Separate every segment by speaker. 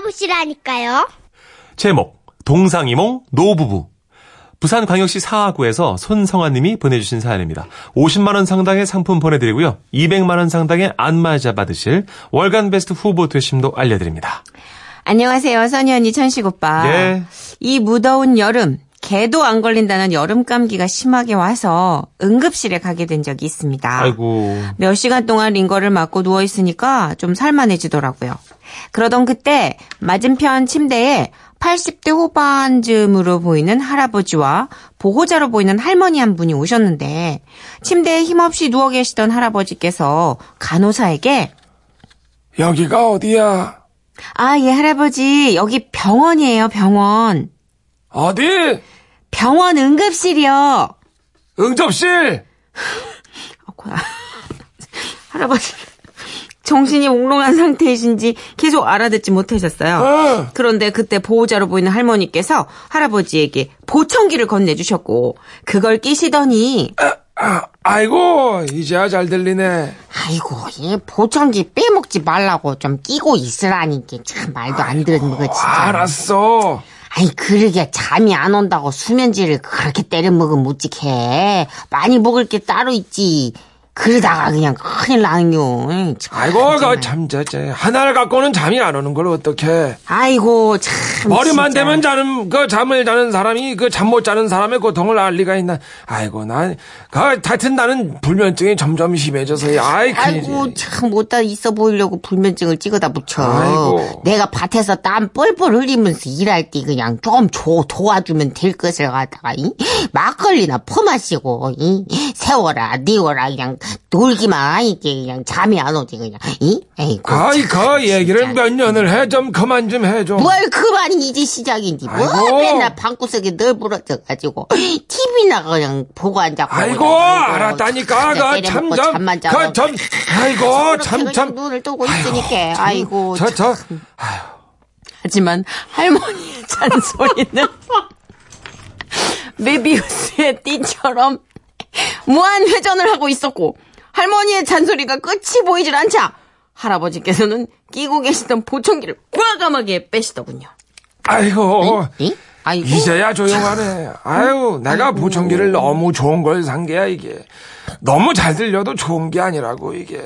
Speaker 1: 꼴찌라니까요.
Speaker 2: 제목 동상이몽 노부부 부산광역시 사하구에서 손성아님이 보내주신 사연입니다. 50만 원 상당의 상품 보내드리고요. 200만 원 상당의 안마자 받으실 월간 베스트 후보 되심도 알려드립니다.
Speaker 3: 안녕하세요. 선희 언니, 천식 오빠.
Speaker 2: 예.
Speaker 3: 이 무더운 여름, 개도 안 걸린다는 여름 감기가 심하게 와서 응급실에 가게 된 적이 있습니다.
Speaker 2: 아이고
Speaker 3: 몇 시간 동안 링거를 맞고 누워 있으니까 좀 살만해지더라고요. 그러던 그때 맞은편 침대에 80대 후반쯤으로 보이는 할아버지와 보호자로 보이는 할머니 한 분이 오셨는데 침대에 힘없이 누워 계시던 할아버지께서 간호사에게
Speaker 4: 여기가 어디야?
Speaker 3: 아, 예, 할아버지. 여기 병원이에요, 병원.
Speaker 4: 어디?
Speaker 3: 병원 응급실이요. 아,
Speaker 4: 응접실!
Speaker 3: 어구야. 할아버지 정신이 몽롱한 상태이신지 계속 알아듣지 못하셨어요.
Speaker 4: 어.
Speaker 3: 그런데 그때 보호자로 보이는 할머니께서 할아버지에게 보청기를 건네주셨고 그걸 끼시더니
Speaker 4: 아, 아이고, 이제야 잘 들리네.
Speaker 5: 아이고, 이 보청기 빼먹지 말라고 좀 끼고 있으라니 게참 말도 안 되는 거 진짜.
Speaker 4: 알았어.
Speaker 5: 아니 그러게 잠이 안 온다고 수면제를 그렇게 때려 먹으면 어떡해. 많이 먹을 게 따로 있지. 그러다가 그냥 큰일 나는요. 에이, 참,
Speaker 4: 아이고, 그
Speaker 5: 정말.
Speaker 4: 참자제 하나를 갖고는 잠이 안 오는 걸 어떡해.
Speaker 3: 아이고 참
Speaker 4: 머리만
Speaker 3: 진짜.
Speaker 4: 대면 자는 그 잠을 자는 사람이 그 잠 못 자는 사람의 고통을 알 리가 있나? 아이고, 난그 하여튼 나는 불면증이 점점 심해져서 아이 그, 큰일이지.
Speaker 5: 아이고 참 못다 있어 보이려고 불면증을 찍어다 붙여.
Speaker 4: 아이고.
Speaker 5: 내가 밭에서 땀 뻘뻘 흘리면서 일할 때 그냥 좀 조, 도와주면 될 것을 갖다가 이? 막걸리나 퍼마시고 이? 세워라 니워라 그냥 놀기만 이게 그냥 잠이 안 오지 그냥. 이? 아이고.
Speaker 4: 거의
Speaker 5: 참,
Speaker 4: 그 얘기를
Speaker 5: 진짜. 뭐
Speaker 4: 몇 년을 해 좀 그만 좀 해줘.
Speaker 5: 뭘 그만 이제 시작인지
Speaker 4: 아이고.
Speaker 5: 뭐 맨날 방구석에 널브러져가지고 TV나 그냥 보고 앉아고
Speaker 4: 아이고 알았다니까 그참좀
Speaker 5: 뭐, 잠만 자고
Speaker 4: 그참 아이고 참참 음,
Speaker 5: 눈을 뜨고 있으니까 아이고
Speaker 4: 저 저
Speaker 3: 하지만 할머니의 잔소리는 메비우스의 띠처럼 무한 회전을 하고 있었고 할머니의 잔소리가 끝이 보이질 않자 할아버지께서는 끼고 계시던 보청기를 과감하게 빼시더군요.
Speaker 4: 아이고
Speaker 5: 이? 아이고
Speaker 4: 이제야 조용하네. 아유 내가 보청기를 너무 좋은 걸 산 게야 이게 너무 잘 들려도 좋은 게 아니라고 이게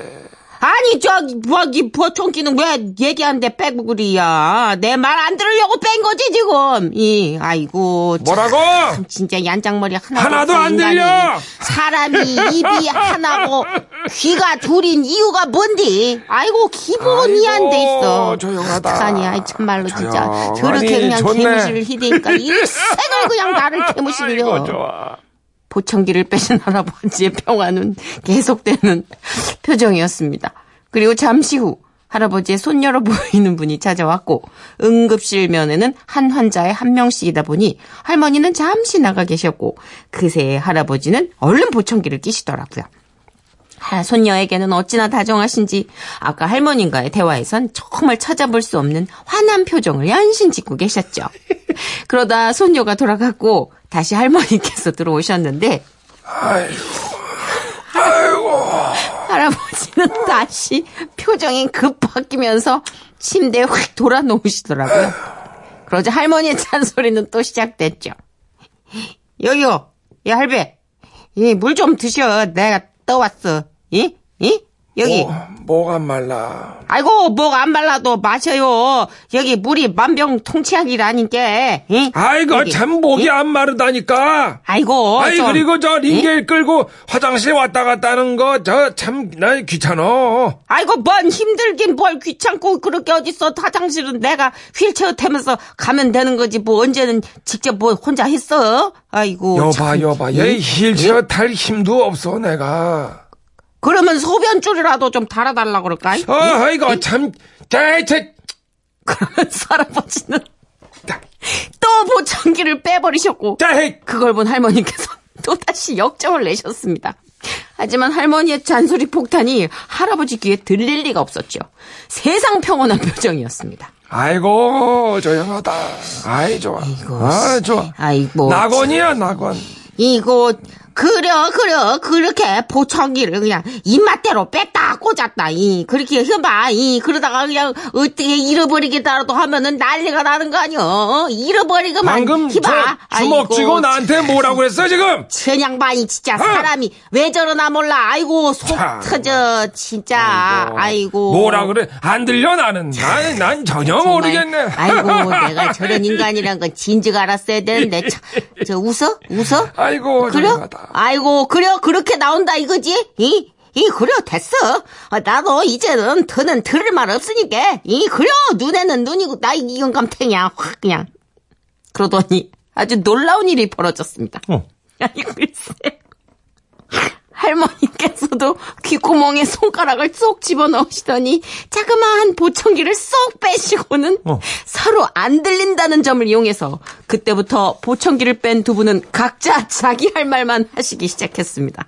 Speaker 5: 아니 저기 뭐기 보청기는 왜 얘기하는데 빼고 그리야 내 말 안 들으려고 뺀 거지 지금 이 아이고 참.
Speaker 4: 뭐라고
Speaker 5: 참 진짜 얀장머리 하나도,
Speaker 4: 하나도
Speaker 5: 없고
Speaker 4: 안
Speaker 5: 인간이.
Speaker 4: 들려!
Speaker 5: 사람이 입이 하나고 귀가 둘인 이유가 뭔데? 아이고 기본이 안 돼 있어.
Speaker 4: 아이고, 조용하다.
Speaker 5: 아니 아이 참말로 진짜
Speaker 4: 조용하니
Speaker 5: 저렇게 그냥
Speaker 4: 좋네.
Speaker 5: 개무시를 히대니까 일생을 그냥 나를
Speaker 4: 아이고
Speaker 5: 개무시려.
Speaker 4: 좋아
Speaker 2: 어.
Speaker 3: 보청기를 빼신 할아버지의 평화는 계속되는 표정이었습니다. 그리고 잠시 후 할아버지의 손녀로 보이는 분이 찾아왔고 응급실 면에는 한 환자에 한 명씩이다 보니 할머니는 잠시 나가 계셨고 그새 할아버지는 얼른 보청기를 끼시더라고요. 아, 손녀에게는 어찌나 다정하신지 아까 할머님과의 대화에선 정말 찾아볼 수 없는 환한 표정을 연신 짓고 계셨죠. 그러다 손녀가 돌아갔고 다시 할머니께서 들어오셨는데 할아버지는 다시 표정이 급 바뀌면서 침대에 확 돌아 놓으시더라고요. 그러자 할머니의 잔소리는 또 시작됐죠.
Speaker 5: 여기요, 예 할배, 예물 좀 드셔. 내가 떠왔어. 예, 예 여기.
Speaker 4: 뭐, 뭐가 말라
Speaker 5: 아이고 목 안 말라도 마셔요. 여기 물이 만병통치약이라니까. 예?
Speaker 4: 아이고
Speaker 5: 여기. 어,
Speaker 4: 참 목이 안 마르다니까
Speaker 5: 아이고.
Speaker 4: 아이
Speaker 5: 좀.
Speaker 4: 그리고 저 링겔 끌고 화장실 왔다 갔다 하는 거 저 참 나 귀찮어.
Speaker 5: 아이고 뭔 힘들긴 뭘 귀찮고 그렇게 어딨어 화장실은 내가 휠체어 타면서 가면 되는 거지 뭐 언제는 직접 뭐 혼자 했어 아이고
Speaker 4: 여봐
Speaker 5: 참. 예?
Speaker 4: 여봐 얘 힐체어 탈 힘도 없어 내가.
Speaker 5: 그러면 소변줄이라도 좀 달아달라 그럴까
Speaker 4: 어 아이고 참 대체
Speaker 3: 그러면서 할아버지는 또 보청기를 빼버리셨고
Speaker 4: 대체
Speaker 3: 그걸 본 할머니께서 또다시 역정을 내셨습니다. 하지만 할머니의 잔소리 폭탄이 할아버지 귀에 들릴 리가 없었죠. 세상 평온한 표정이었습니다.
Speaker 4: 아이고 조용하다. 아이 좋아. 아 좋아.
Speaker 5: 아이고
Speaker 4: 낙원이야 낙원.
Speaker 5: 이거 그래, 그래, 그렇게 보청기를 그냥 입맛대로 뺐다 꽂았다, 이. 그렇게 해봐, 이. 그러다가 그냥 어떻게 잃어버리겠다라도 하면은 난리가 나는 거 아니여, 어? 잃어버리고만
Speaker 4: 방금 저
Speaker 5: 해봐.
Speaker 4: 주먹
Speaker 5: 아이고,
Speaker 4: 쥐고 나한테 아! 뭐라고 그랬어 지금?
Speaker 5: 천양반이 진짜 사람이 왜 저러나 몰라. 아이고, 속
Speaker 4: 참.
Speaker 5: 터져, 진짜. 아이고.
Speaker 4: 뭐. 뭐라 그래? 안 들려 나는. 난, 난 전혀
Speaker 5: 어. 정말,
Speaker 4: 모르겠네.
Speaker 5: 아이고, 내가 저런 인간이란 건 진즉 알았어야 되는데. 참, 저 웃어? 웃어?
Speaker 4: 아이고,
Speaker 5: 그래?
Speaker 4: 죄송하다.
Speaker 5: 아이고, 그래? 그렇게 나온다 이거지? 이? 이, 그래, 됐어. 아, 나도 이제는 더는 들을 말 없으니까. 이, 그래, 눈에는 눈이고, 나 이건 감탱이야. 확, 그냥.
Speaker 3: 그러더니 아주 놀라운 일이 벌어졌습니다.
Speaker 2: 어.
Speaker 3: 아니 글쎄 할머니께서도 귓구멍에 손가락을 쏙 집어넣으시더니 자그마한 보청기를 쏙 빼시고는
Speaker 2: 어.
Speaker 3: 서로 안 들린다는 점을 이용해서 그때부터 보청기를 뺀 두 분은 각자 자기 할 말만 하시기 시작했습니다.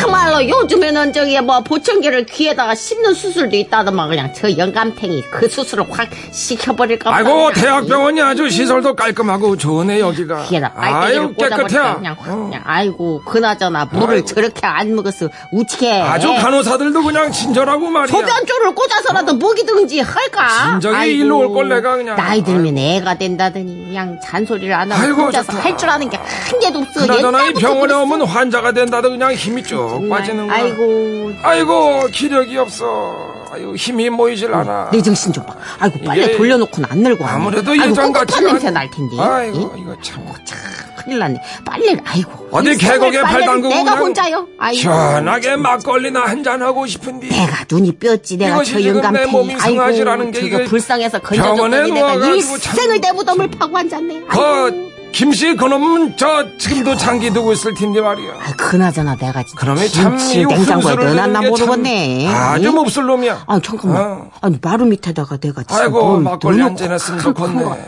Speaker 5: 정말로 요즘에는 저기 뭐 보청기를 귀에다가 씹는 수술도 있다더만 그냥 저 영감탱이 그 수술을 확 시켜버릴까
Speaker 4: 아이고,
Speaker 5: 보다 그냥. 음.
Speaker 4: 대학병원이 아주 시설도 깔끔하고 좋네, 여기가.
Speaker 5: 귀에다
Speaker 4: 아유,
Speaker 5: 빨대기를 꽂아버리니까
Speaker 4: 깨끗해. 어.
Speaker 5: 그냥 확 그냥 아이고 그나저나 물을
Speaker 4: 아이고.
Speaker 5: 저렇게 안 먹었어 우치게
Speaker 4: 아주 간호사들도 그냥 친절하고 말이야.
Speaker 5: 소변줄을 꽂아서라도 먹이든지 할까
Speaker 4: 진작에 일로 올걸 내가 그냥.
Speaker 5: 나이 들면 애가 된다더니 그냥 잔소리를 안 하고
Speaker 4: 아이고,
Speaker 5: 혼자서
Speaker 4: 좋다.
Speaker 5: 할 줄 아는 게 한 개도 없어
Speaker 4: 그나저나 이
Speaker 5: 옛날부터
Speaker 4: 병원에
Speaker 5: 그랬어.
Speaker 4: 오면 환자가 된다도 그냥 힘이 쭉 빠지는 거야.
Speaker 5: 아이고
Speaker 4: 아이고, 기력이 없어. 아유, 힘이 모이질 않아.
Speaker 5: 내 정신 좀 봐. 네, 아이고 빨래
Speaker 4: 이게
Speaker 5: 돌려놓고는 안 늘고 하네.
Speaker 4: 아무래도
Speaker 5: 아이고,
Speaker 4: 예전
Speaker 5: 꿉꿉한
Speaker 4: 같지는
Speaker 5: 냄새
Speaker 4: 않-
Speaker 5: 날 텐데.
Speaker 4: 아이고,
Speaker 5: 응?
Speaker 4: 이거 참.
Speaker 5: 참 큰일 났네. 빨래를 아이고.
Speaker 4: 어디
Speaker 5: 이 생활
Speaker 4: 계곡에 발
Speaker 5: 빨래를
Speaker 4: 담그고
Speaker 5: 내가
Speaker 4: 그냥
Speaker 5: 혼자요. 아이고.
Speaker 4: 시원하게 막걸리나 한잔 하고 싶은데.
Speaker 5: 내가 눈이 뼈지 내가
Speaker 4: 이것이
Speaker 5: 저
Speaker 4: 지금
Speaker 5: 영감
Speaker 4: 내 몸이
Speaker 5: 팬이
Speaker 4: 상하지라는
Speaker 5: 아이고
Speaker 4: 게
Speaker 5: 저거
Speaker 4: 이게
Speaker 5: 불쌍해서
Speaker 4: 병원에
Speaker 5: 건져줬더니 내가
Speaker 4: 누워가지고 참-
Speaker 5: 일생을 대부덤을 파고 앉았네 아이고
Speaker 4: 그 김씨 그놈은 저 지금도 장기 두고 있을 텐데 말이야.
Speaker 5: 아, 그나저나 내가 진짜
Speaker 4: 그놈이 참
Speaker 5: 김치
Speaker 4: 이
Speaker 5: 냉장고에
Speaker 4: 혼술을
Speaker 5: 넣어놨나
Speaker 4: 하는 게 참
Speaker 5: 모르겠네
Speaker 4: 아주
Speaker 5: 응?
Speaker 4: 몹쓸 놈이야.
Speaker 5: 아 잠깐만
Speaker 4: 어.
Speaker 5: 아니 마루 밑에다가 내가 지금
Speaker 4: 아이고,
Speaker 5: 뭘
Speaker 4: 막걸리
Speaker 5: 넣어놓고
Speaker 4: 한 잔 했으면
Speaker 5: 큰- 큰
Speaker 4: 좋겠네.
Speaker 5: 거.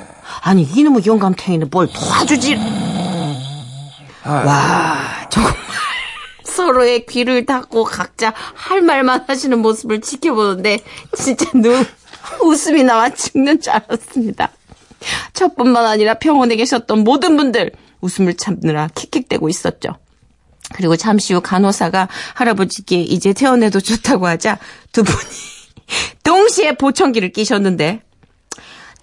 Speaker 5: 아니 이놈의 영감탱이는 뭘 도와주지
Speaker 3: 서로의 귀를 닫고 각자 할 말만 하시는 모습을 지켜보는데 진짜 눈 웃음이 나와 죽는 줄 알았습니다. 저뿐만 아니라 병원에 계셨던 모든 분들 웃음을 참느라 킥킥대고 있었죠. 그리고 잠시 후 간호사가 할아버지께 이제 퇴원해도 좋다고 하자 두 분이 동시에 보청기를 끼셨는데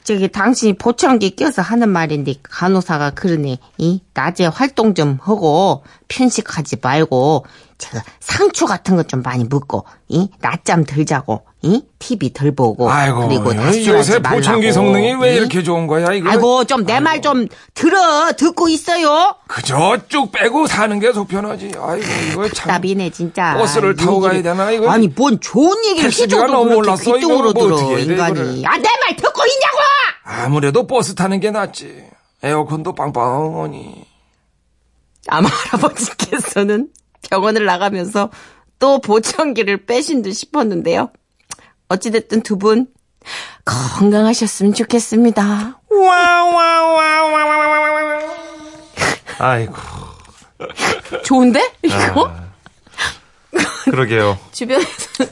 Speaker 5: 저기 당신이 보청기 껴서 하는 말인데 간호사가 그러네. 이 낮에 활동 좀 하고 편식하지 말고 제가 상추 같은 것 좀 많이 먹고 이 낮잠 덜 자고 이 TV 덜 보고
Speaker 4: 아이고,
Speaker 5: 어, 그리고
Speaker 4: 요새
Speaker 5: 낮술하지 말라고.
Speaker 4: 보청기 성능이 왜
Speaker 5: 이?
Speaker 4: 이렇게 좋은 거야, 이거?
Speaker 5: 아이고 좀 내 말 좀 들어 듣고 있어요.
Speaker 4: 그저 쭉 빼고 사는 게 속편하지. 아이고, 이거 참.
Speaker 5: 답이네 진짜.
Speaker 4: 버스를 타고
Speaker 5: 얘기를-
Speaker 4: 가야 되나, 이거?
Speaker 5: 아니 뭔 좋은 얘기를
Speaker 4: 택시비가
Speaker 5: 해줘도
Speaker 4: 너무
Speaker 5: 그렇게
Speaker 4: 올랐어,
Speaker 5: 귀뚱으로
Speaker 4: 이거 뭐
Speaker 5: 들어
Speaker 4: 어떻게 해야 돼,
Speaker 5: 인간이.
Speaker 4: 이거를.
Speaker 5: 아 내 말 듣고 있냐고.
Speaker 4: 아무래도 버스 타는 게 낫지. 에어컨도 빵빵하니.
Speaker 3: 아마 할아버지께서는 병원을 나가면서 또 보청기를 빼신 듯 싶었는데요. 어찌됐든 두 분 건강하셨으면 좋겠습니다.
Speaker 2: 아이고,
Speaker 3: 좋은데? 이거?
Speaker 2: 그러게요.
Speaker 3: 주변에서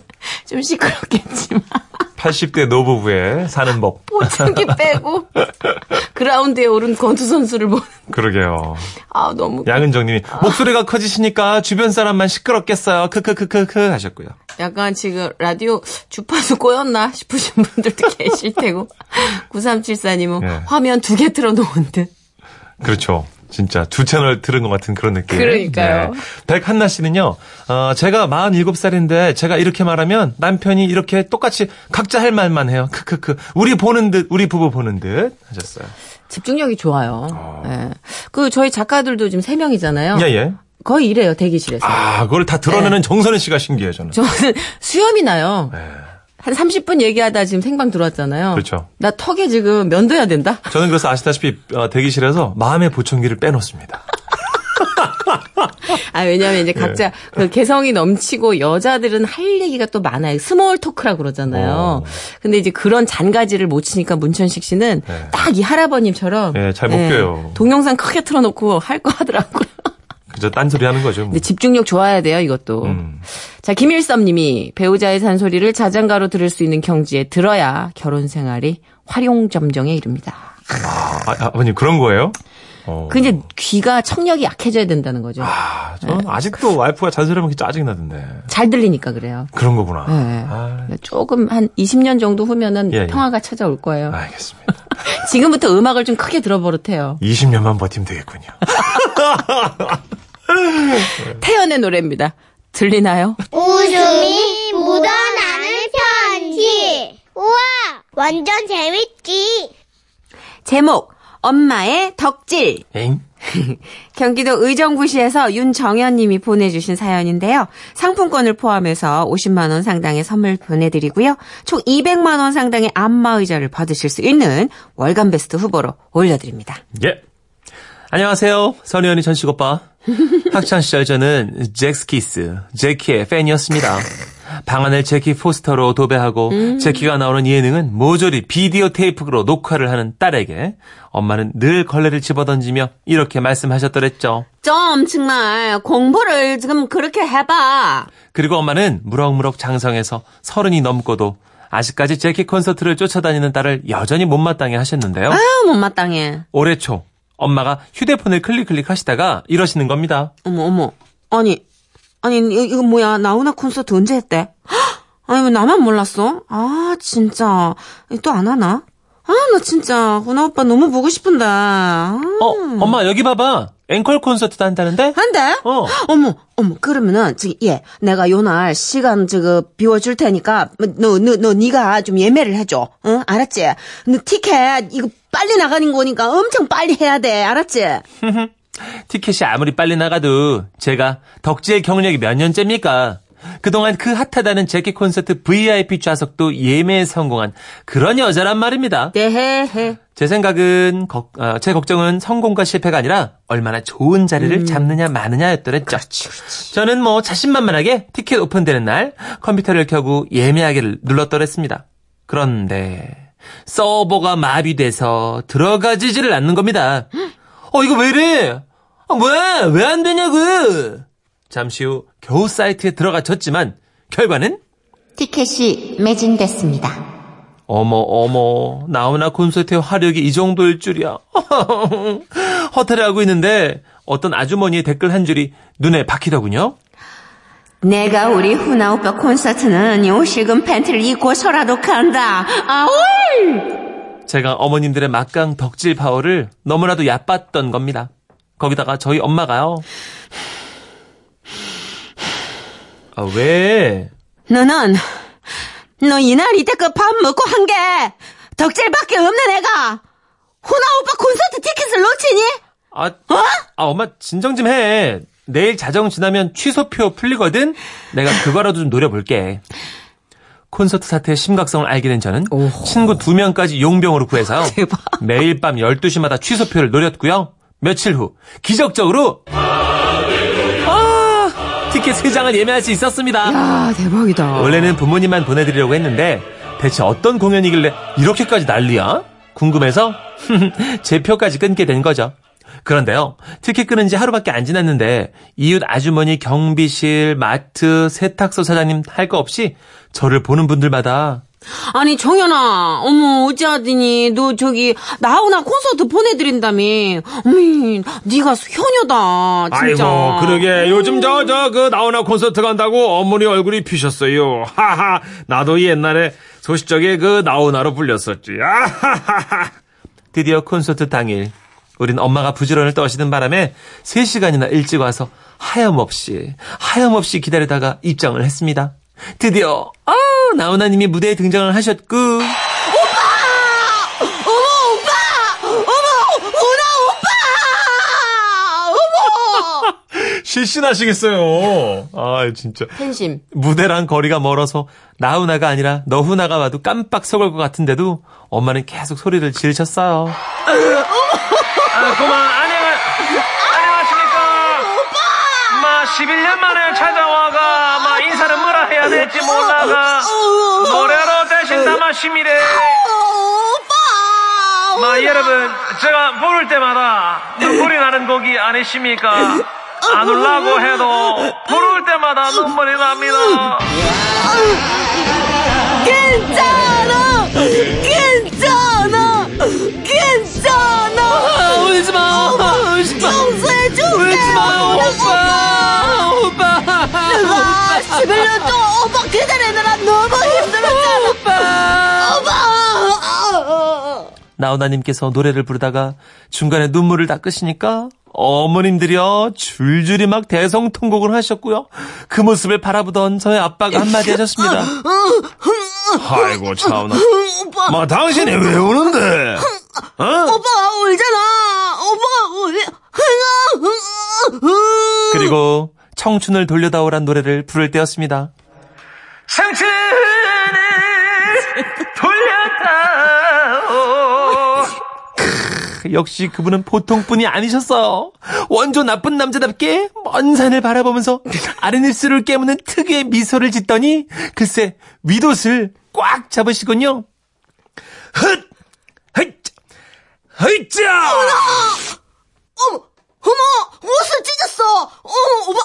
Speaker 3: 좀 시끄럽겠지만
Speaker 2: 80대 노부부의 사는 법.
Speaker 3: 보청기 빼고 그라운드에 오른 권투 선수를 보는
Speaker 2: 그러게요.
Speaker 3: 아 너무
Speaker 2: 양은정님이 목소리가 커지시니까 주변 사람만 시끄럽겠어요. 크크크크크 하셨고요.
Speaker 3: 약간 지금 라디오 주파수 꼬였나 싶으신 분들도 계실 테고 9374님은
Speaker 2: 예.
Speaker 3: 화면 두 개 틀어놓은 듯
Speaker 2: 그렇죠. 진짜 두 채널 들은 것 같은 그런 느낌.
Speaker 3: 그러니까요.
Speaker 2: 네. 백한나 씨는요, 어, 제가 47살인데 제가 이렇게 말하면 남편이 이렇게 똑같이 각자 할 말만 해요. 크크크. 우리 보는 듯, 우리 부부 보는 듯 하셨어요.
Speaker 3: 집중력이 좋아요. 예. 그 저희 작가들도 지금 세 명이잖아요.
Speaker 2: 예, 예.
Speaker 3: 거의 이래요 대기실에서.
Speaker 2: 아, 그걸 다 드러내는 정선혜 씨가 신기해요, 저는.
Speaker 3: 네. 저는 수염이 나요. 한 30분 얘기하다 지금 생방 들어왔잖아요.
Speaker 2: 예. 그렇죠.
Speaker 3: 나 턱에 지금 면도해야 된다.
Speaker 2: 저는 그래서 아시다시피 어, 대기실에서 마음의 보청기를 빼놓습니다.
Speaker 3: 아 왜냐하면
Speaker 2: 예.
Speaker 3: 이제 각자 그 개성이 넘치고 여자들은 할 얘기가 또 많아요. 스몰 토크라
Speaker 2: 어.
Speaker 3: 그러잖아요. 근데 이제 그런 잔가지를 못 치니까 문천식 씨는 딱 이 할아버님처럼
Speaker 2: 예, 잘못 껴요.
Speaker 3: 동영상 크게 틀어놓고 할 거 하더라고요.
Speaker 2: 그저 딴소리 하는 거죠. 뭐.
Speaker 3: 근데 집중력 좋아야 돼요, 이것도.
Speaker 2: 음.
Speaker 3: 자, 김일섭 님이 배우자의 잔소리를 자장가로 들을 수 있는 경지에 들어야 결혼 생활이 활용점정에 이릅니다.
Speaker 2: 아, 아버님 아, 그런 거예요? 어.
Speaker 1: 그 이제 귀가 청력이 약해져야 된다는 거죠.
Speaker 2: 아,
Speaker 3: 네.
Speaker 2: 저는 아직도 와이프가 잔소리하면 짜증 나던데.
Speaker 1: 잘 들리니까 그래요.
Speaker 2: 그런 거구나.
Speaker 1: 예,
Speaker 3: 네.
Speaker 1: 예.
Speaker 2: 아,
Speaker 1: 조금 한 20년 정도 후면은
Speaker 2: 예, 예.
Speaker 1: 평화가 찾아올 거예요.
Speaker 2: 알겠습니다.
Speaker 1: 지금부터 음악을 좀 크게 들어버릇해요.
Speaker 2: 20년만 버티면 되겠군요.
Speaker 1: 태연의 노래입니다. 들리나요?
Speaker 6: 웃음이 묻어나는 편지. 우와, 완전 재밌지.
Speaker 1: 제목 엄마의 덕질
Speaker 2: 엥?
Speaker 1: 경기도 의정부시에서 윤정현님이 보내주신 사연인데요. 상품권을 포함해서 50만 원 상당의 선물 보내드리고요. 총 200만 원 상당의 안마의자를 받으실 수 있는 월간 베스트 후보로 올려드립니다.
Speaker 2: 예. 안녕하세요. 선희 언니 전식 오빠. 학창시절 저는 잭스키스, 제키의 팬이었습니다. 방안을 제키 포스터로 도배하고 제키가 나오는 예능은 모조리 비디오 테이프로 녹화를 하는 딸에게 엄마는 늘 걸레를 집어던지며 이렇게 말씀하셨더랬죠.
Speaker 1: 좀 정말 공부를 지금 그렇게 해봐.
Speaker 2: 그리고 엄마는 무럭무럭 장성해서 서른이 넘고도 아직까지 제키 콘서트를 쫓아다니는 딸을 여전히 못마땅해 하셨는데요.
Speaker 1: 아유 못마땅해.
Speaker 2: 올해 초 엄마가 휴대폰을 클릭클릭 하시다가 이러시는 겁니다.
Speaker 1: 어머 어머 아니 아니 이- 이거 뭐야 나훈아 콘서트 언제 했대? 헉! 아니 왜 나만 몰랐어? 아 진짜 또 안 하나? 아 나 진짜 훈아 오빠 너무 보고 싶은데 아,
Speaker 2: 어, 엄마 여기 봐봐. 앵콜 콘서트도 한다는데?
Speaker 1: 한대?
Speaker 2: 어.
Speaker 1: 어머 어머 그러면은 저기 예 내가 요날 시간 저거 비워줄 테니까 뭐, 너너너 네가 좀 예매를 해줘 응 알았지? 너 티켓 이거 빨리 나가는 거니까 엄청 빨리 해야 돼 알았지?
Speaker 2: 티켓이 아무리 빨리 나가도 제가 덕질 경력이 몇 년째입니까? 그동안 그 핫하다는 재킷 콘서트 VIP 좌석도 예매에 성공한 그런 여자란 말입니다.
Speaker 1: 네, 대해해
Speaker 2: 제 생각은 걱- 어, 제 걱정은 성공과 실패가 아니라 얼마나 좋은 자리를
Speaker 1: 음.
Speaker 2: 잡느냐 마느냐였더랬죠. 저는 뭐 자신만만하게 티켓 오픈되는 날 컴퓨터를 켜고 예매하기를 눌렀더랬습니다. 그런데 서버가 마비돼서 들어가지지를 않는 겁니다. 어 이거 왜 이래? 아, 왜? 왜 안 되냐고? 잠시 후 겨우 사이트에 들어가졌지만 결과는
Speaker 5: 티켓이 매진됐습니다.
Speaker 2: 어머 어머 나훈아 콘서트의 화력이 이 정도일 줄이야 허탈해하고 있는데 어떤 아주머니의 댓글 한 줄이 눈에 박히더군요
Speaker 1: 내가 우리 훈아 오빠 콘서트는 요식은 팬티를 입고서라도 간다. 아우!
Speaker 2: 제가 어머님들의 막강 덕질 파워를 너무나도 얕봤던 겁니다 거기다가 저희 엄마가요 아, 왜?
Speaker 1: 너는 너 이날 이때껏 밥 먹고 한 게 덕질밖에 없는 애가 훈아 오빠 콘서트 티켓을 놓치니? 어?
Speaker 2: 아, 아, 엄마 진정 좀 해. 내일 자정 지나면 취소표 풀리거든. 내가 그거라도 좀 노려볼게. 콘서트 사태의 심각성을 알게 된 저는 친구 두 명까지 용병으로 구해서
Speaker 1: 대박.
Speaker 2: 매일 밤 12시마다 취소표를 노렸고요. 며칠 후 기적적으로 아, 티켓 세장을 예매할 수 있었습니다.
Speaker 1: 아 대박이다.
Speaker 2: 원래는 부모님만 보내드리려고 했는데 대체 어떤 공연이길래 이렇게까지 난리야? 궁금해서 제 표까지 끊게 된 거죠. 그런데요, 티켓 끊은 지 하루밖에 안 지났는데 이웃 아주머니 경비실, 마트, 세탁소 사장님 할 거 없이 저를 보는 분들마다
Speaker 1: 아니 정연아, 어머 어찌하더니 너 저기 나훈아 콘서트 보내드린다며. 어미, 네가 효녀다 진짜.
Speaker 4: 아이고, 그러게. 요즘 저, 저, 그, 나훈아 콘서트 간다고 어머니 얼굴이 피셨어요. 하하. 나도 옛날에 소식적에 그, 나훈아로 불렸었지. 아하하하.
Speaker 2: 드디어 콘서트 당일 우린 엄마가 부지런을 떠시는 바람에 3시간이나 일찍 와서 하염없이 하염없이 기다리다가 입장을 했습니다. 드디어 아 나훈아님이 무대에 등장을 하셨고 실신하시겠어요. 아 진짜
Speaker 3: 팬심.
Speaker 2: 무대랑 거리가 멀어서 나훈아가 아니라 너훈아가 와도 깜빡 속을 것 같은데도 엄마는 계속 소리를 지르셨어요.
Speaker 4: 아, 고마. 안녕. 안녕하십니까. 오빠. 마, 11년 만에 찾아와가. 마, 인사를 뭐라 해야 될지 몰라가. 노래로 대신 담아십니다. 오빠. 마, 여러분. 제가 부를 때마다 눈물이 나는 곡이 아니십니까? 안 울라고 해도 부를 때마다 눈물이 납니다.
Speaker 1: 괜찮아, 괜찮아, 괜찮아. 아,
Speaker 2: 울지 마.
Speaker 5: 11년 동안 오빠 기다리느라 너무 힘들었잖아. 오빠. 오빠.
Speaker 2: 나훈아님께서 노래를 부르다가 중간에 눈물을 닦으시니까 어머님들이요 줄줄이 막 대성통곡을 하셨고요 그 모습을 바라보던 저의 아빠가 한마디 하셨습니다
Speaker 4: 아이고 참나.
Speaker 1: 어,
Speaker 4: 마 당신이 왜 우는데? 어?
Speaker 5: 오빠가 울잖아.
Speaker 1: 어,
Speaker 5: 오빠가 울려.
Speaker 2: 그리고 청춘을 돌려다오란 노래를 부를 때였습니다 크, 역시 그분은 보통뿐이 아니셨어요 원조 나쁜 남자답게 먼 산을 바라보면서 아랫입술을 깨무는 특유의 미소를 짓더니 글쎄 윗옷을 꽉 잡으시군요 헛! 헛! 헛자!
Speaker 5: 어머, 어머, 옷을 찢었어. 어머, 오빠,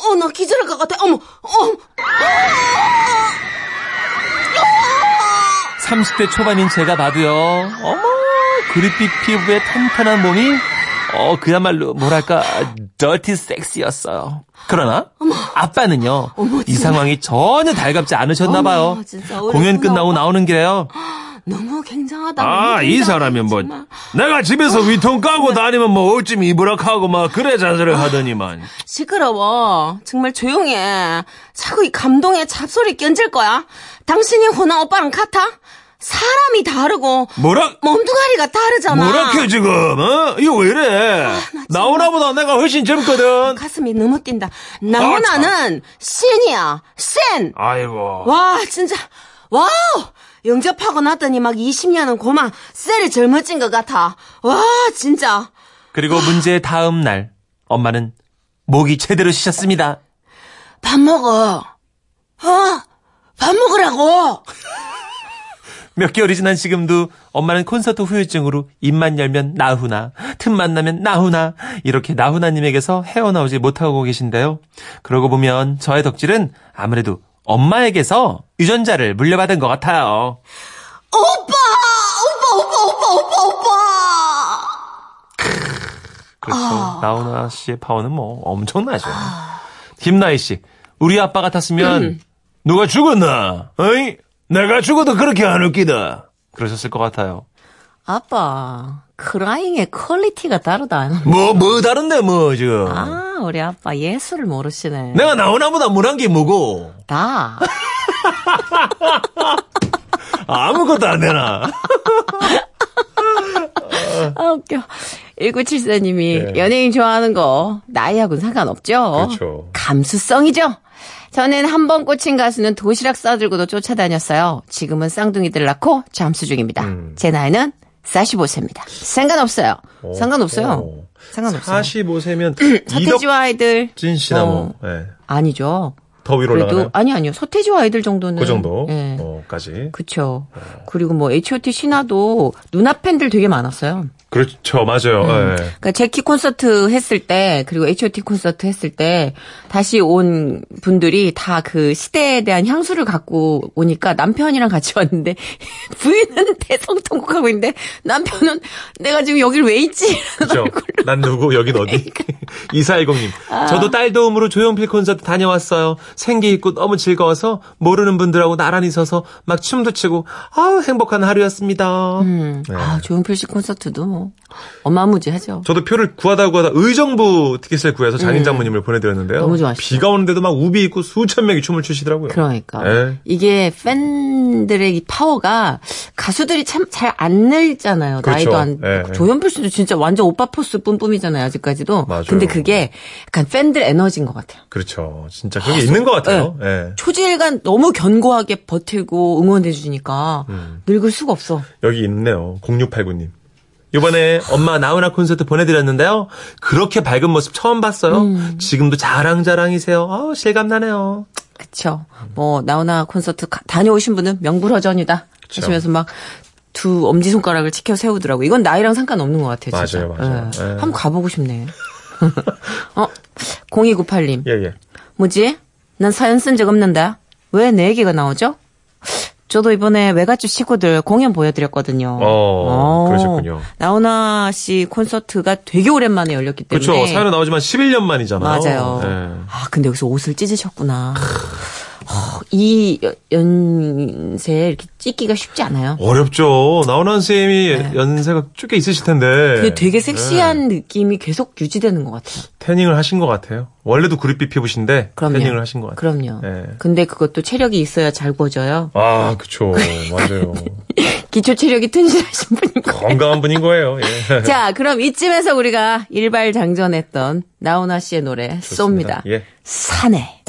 Speaker 5: 어머, 어, 나 기절할 것 같아. 어머, 어머.
Speaker 2: 30대 초반인 제가 봐도요. 어머, 그릿빛 피부에 탄탄한 몸이 어 그야말로 뭐랄까 더티 섹시였어요. 그러나 아빠는요 이 상황이 전혀 달갑지 않으셨나 봐요.
Speaker 3: 어머, 진짜
Speaker 2: 공연 끝나고 나오는 길에요.
Speaker 3: 너무 굉장하다.
Speaker 4: 아
Speaker 3: 너무
Speaker 4: 이
Speaker 3: 굉장하다,
Speaker 4: 사람이 뭐
Speaker 3: 정말.
Speaker 4: 내가
Speaker 3: 아,
Speaker 4: 집에서 위통 까고 다니면 뭐 어쩜 이브락하고 막 그래 잔소리를 하더니만
Speaker 3: 시끄러워. 정말 조용해. 자꾸 이 감동에 잡소리 끼얹을 거야. 당신이 호나 오빠랑 같아? 사람이 다르고
Speaker 4: 뭐라
Speaker 3: 몸뚱아리가 다르잖아. 아,
Speaker 4: 뭐라켜 지금 어? 이거 왜 이래? 나오나보다 내가 훨씬 젊거든.
Speaker 3: 가슴이 너무 뛴다. 나훈아는 신이야. 신.
Speaker 4: 아이고
Speaker 3: 와 진짜 와우. 영접하고 났더니 막 20년은 고마. 셀이 젊어진 것 같아. 와 진짜.
Speaker 2: 그리고 문제의 다음 날 엄마는 목이 제대로 쉬셨습니다.
Speaker 3: 밥 먹어. 어? 밥 먹으라고.
Speaker 2: 몇 개월이 지난 지금도 엄마는 콘서트 후유증으로 입만 열면 나훈아, 틈만 나면 나훈아, 이렇게 나훈아님에게서 헤어나오지 못하고 계신데요. 그러고 보면 저의 덕질은 아무래도 엄마에게서 유전자를 물려받은 것 같아요.
Speaker 5: 오빠, 오빠, 오빠, 오빠, 오빠, 오빠.
Speaker 2: 그렇죠. 나훈아 씨의 파워는 뭐 엄청나죠. 김나희 씨, 우리 아빠 같았으면
Speaker 5: 음.
Speaker 4: 누가 죽었나? 어이 내가 죽어도 그렇게 안 웃기다.
Speaker 2: 그러셨을 것 같아요.
Speaker 3: 아빠, 크라잉의 퀄리티가 다르다.
Speaker 4: 뭐 뭐 다른데 뭐 지금
Speaker 3: 아, 우리 아빠 예술을 모르시네.
Speaker 4: 내가 나오나보다 물한 게 뭐고
Speaker 3: 나.
Speaker 4: 아무것도 안 되나?
Speaker 3: 아, 웃겨. 1974님이 연예인 좋아하는 거 나이하고는 상관없죠.
Speaker 4: 네. 그렇죠.
Speaker 3: 감수성이죠. 저는 한 번 꽂힌 가수는 도시락 싸들고도 쫓아다녔어요. 지금은 쌍둥이들 낳고 잠수 중입니다.
Speaker 4: 음.
Speaker 3: 제 나이는 45세입니다. 상관없어요. 상관없어요. 상관없어요.
Speaker 4: 45세면
Speaker 3: 서태지와 아이들.
Speaker 4: 이덕진 씨나 뭐
Speaker 3: 어,
Speaker 4: 예.
Speaker 3: 아니죠.
Speaker 4: 더 위로
Speaker 3: 그래도
Speaker 4: 올라가는
Speaker 3: 아니 아니요 서태지와 아이들 정도는
Speaker 4: 그 정도
Speaker 3: 예.
Speaker 4: 어, 까지
Speaker 3: 그쵸. 그리고 뭐 H.O.T. 신화도 누나 팬들 되게 많았어요.
Speaker 4: 그렇죠 맞아요 예.
Speaker 3: 그러니까 제키 콘서트 했을 때 그리고 H.O.T. 콘서트 했을 때 다시 온 분들이 다 그 시대에 대한 향수를 갖고 오니까 남편이랑 같이 왔는데 부인은 대성통곡하고 있는데 남편은 내가 지금 여길 왜 있지?
Speaker 2: 그죠? 난 누구, 여긴 어디?
Speaker 3: 그러니까.
Speaker 2: 2410님.
Speaker 3: 아.
Speaker 2: 저도 딸 도움으로 조용필 콘서트 다녀왔어요. 생기 있고 너무 즐거워서 모르는 분들하고 나란히 서서 막 춤도 추고, 아우, 행복한 하루였습니다.
Speaker 3: 아 조용필 씨 콘서트도 뭐 어마무지하죠.
Speaker 2: 저도 표를 구하다 구하다 의정부 티켓을 구해서 장인 장모님을 보내드렸는데요.
Speaker 3: 음. 너무 좋아하시죠.
Speaker 2: 비가 오는데도 막 우비 입고 수천 명이 춤을 추시더라고요.
Speaker 3: 그러니까
Speaker 2: 예.
Speaker 3: 이게 팬들의 이 파워가 가수들이 참 잘 안 늘잖아요.
Speaker 2: 그렇죠.
Speaker 3: 나이도 안
Speaker 2: 예, 예.
Speaker 3: 조현필 씨도 진짜 완전 오빠 포스 뿜뿜이잖아요. 아직까지도.
Speaker 2: 맞아요.
Speaker 3: 근데 그게 약간 팬들 에너지인 것 같아요. 네.
Speaker 2: 그렇죠. 진짜 그게 있는 것 같아요. 예.
Speaker 3: 초지일간 너무 견고하게 버티고 응원해 주니까
Speaker 2: 음.
Speaker 3: 늙을 수가 없어.
Speaker 2: 여기 있네요. 0689님. 요번에 엄마 나훈아 콘서트 보내드렸는데요. 그렇게 밝은 모습 처음 봤어요. 지금도 자랑자랑이세요. 아, 실감나네요.
Speaker 3: 그쵸. 뭐 나훈아 콘서트 가- 다녀오신 분은 명불허전이다. 하시면서 막 두 엄지손가락을 치켜 세우더라고. 이건 나이랑 상관없는 것 같아요. 진짜.
Speaker 2: 맞아요, 맞아요.
Speaker 3: 예.
Speaker 2: 예.
Speaker 3: 한번 가보고 싶네. 어, 0298님.
Speaker 2: 예, 예.
Speaker 3: 뭐지? 난 사연 쓴 적 없는데 왜 내 얘기가 나오죠? 저도 이번에 외갓집 식구들 공연 보여드렸거든요.
Speaker 2: 어, 그러셨군요.
Speaker 3: 나훈아 씨 콘서트가 되게 오랜만에 열렸기 때문에.
Speaker 2: 그렇죠. 사연은 나오지만 11년 만이잖아요.
Speaker 3: 맞아요.
Speaker 2: 예.
Speaker 3: 아 근데 여기서 옷을 찢으셨구나. 이 여- 연세에 이렇게 찍기가 쉽지 않아요.
Speaker 2: 어렵죠. 나훈아 쌤이 연세가 쭉 있으실 텐데.
Speaker 3: 근데 네. 되게 섹시한
Speaker 2: 네.
Speaker 3: 느낌이 계속 유지되는 것 같아요.
Speaker 2: 태닝을 하신 것 같아요. 원래도 그룹비 피부신데
Speaker 3: 그럼요.
Speaker 2: 태닝을 하신 것 같아요.
Speaker 3: 그럼요.
Speaker 2: 네.
Speaker 3: 근데 그것도 체력이 있어야 잘 고져요.
Speaker 2: 아, 그쵸. 맞아요.
Speaker 3: 기초 체력이 튼실하신 분인 것
Speaker 2: 건강한 분인 거예요. 예.
Speaker 3: 자, 그럼 이쯤에서 우리가 일발장전했던 나훈아 씨의 노래 쏩니다.
Speaker 2: 예.
Speaker 3: 산에.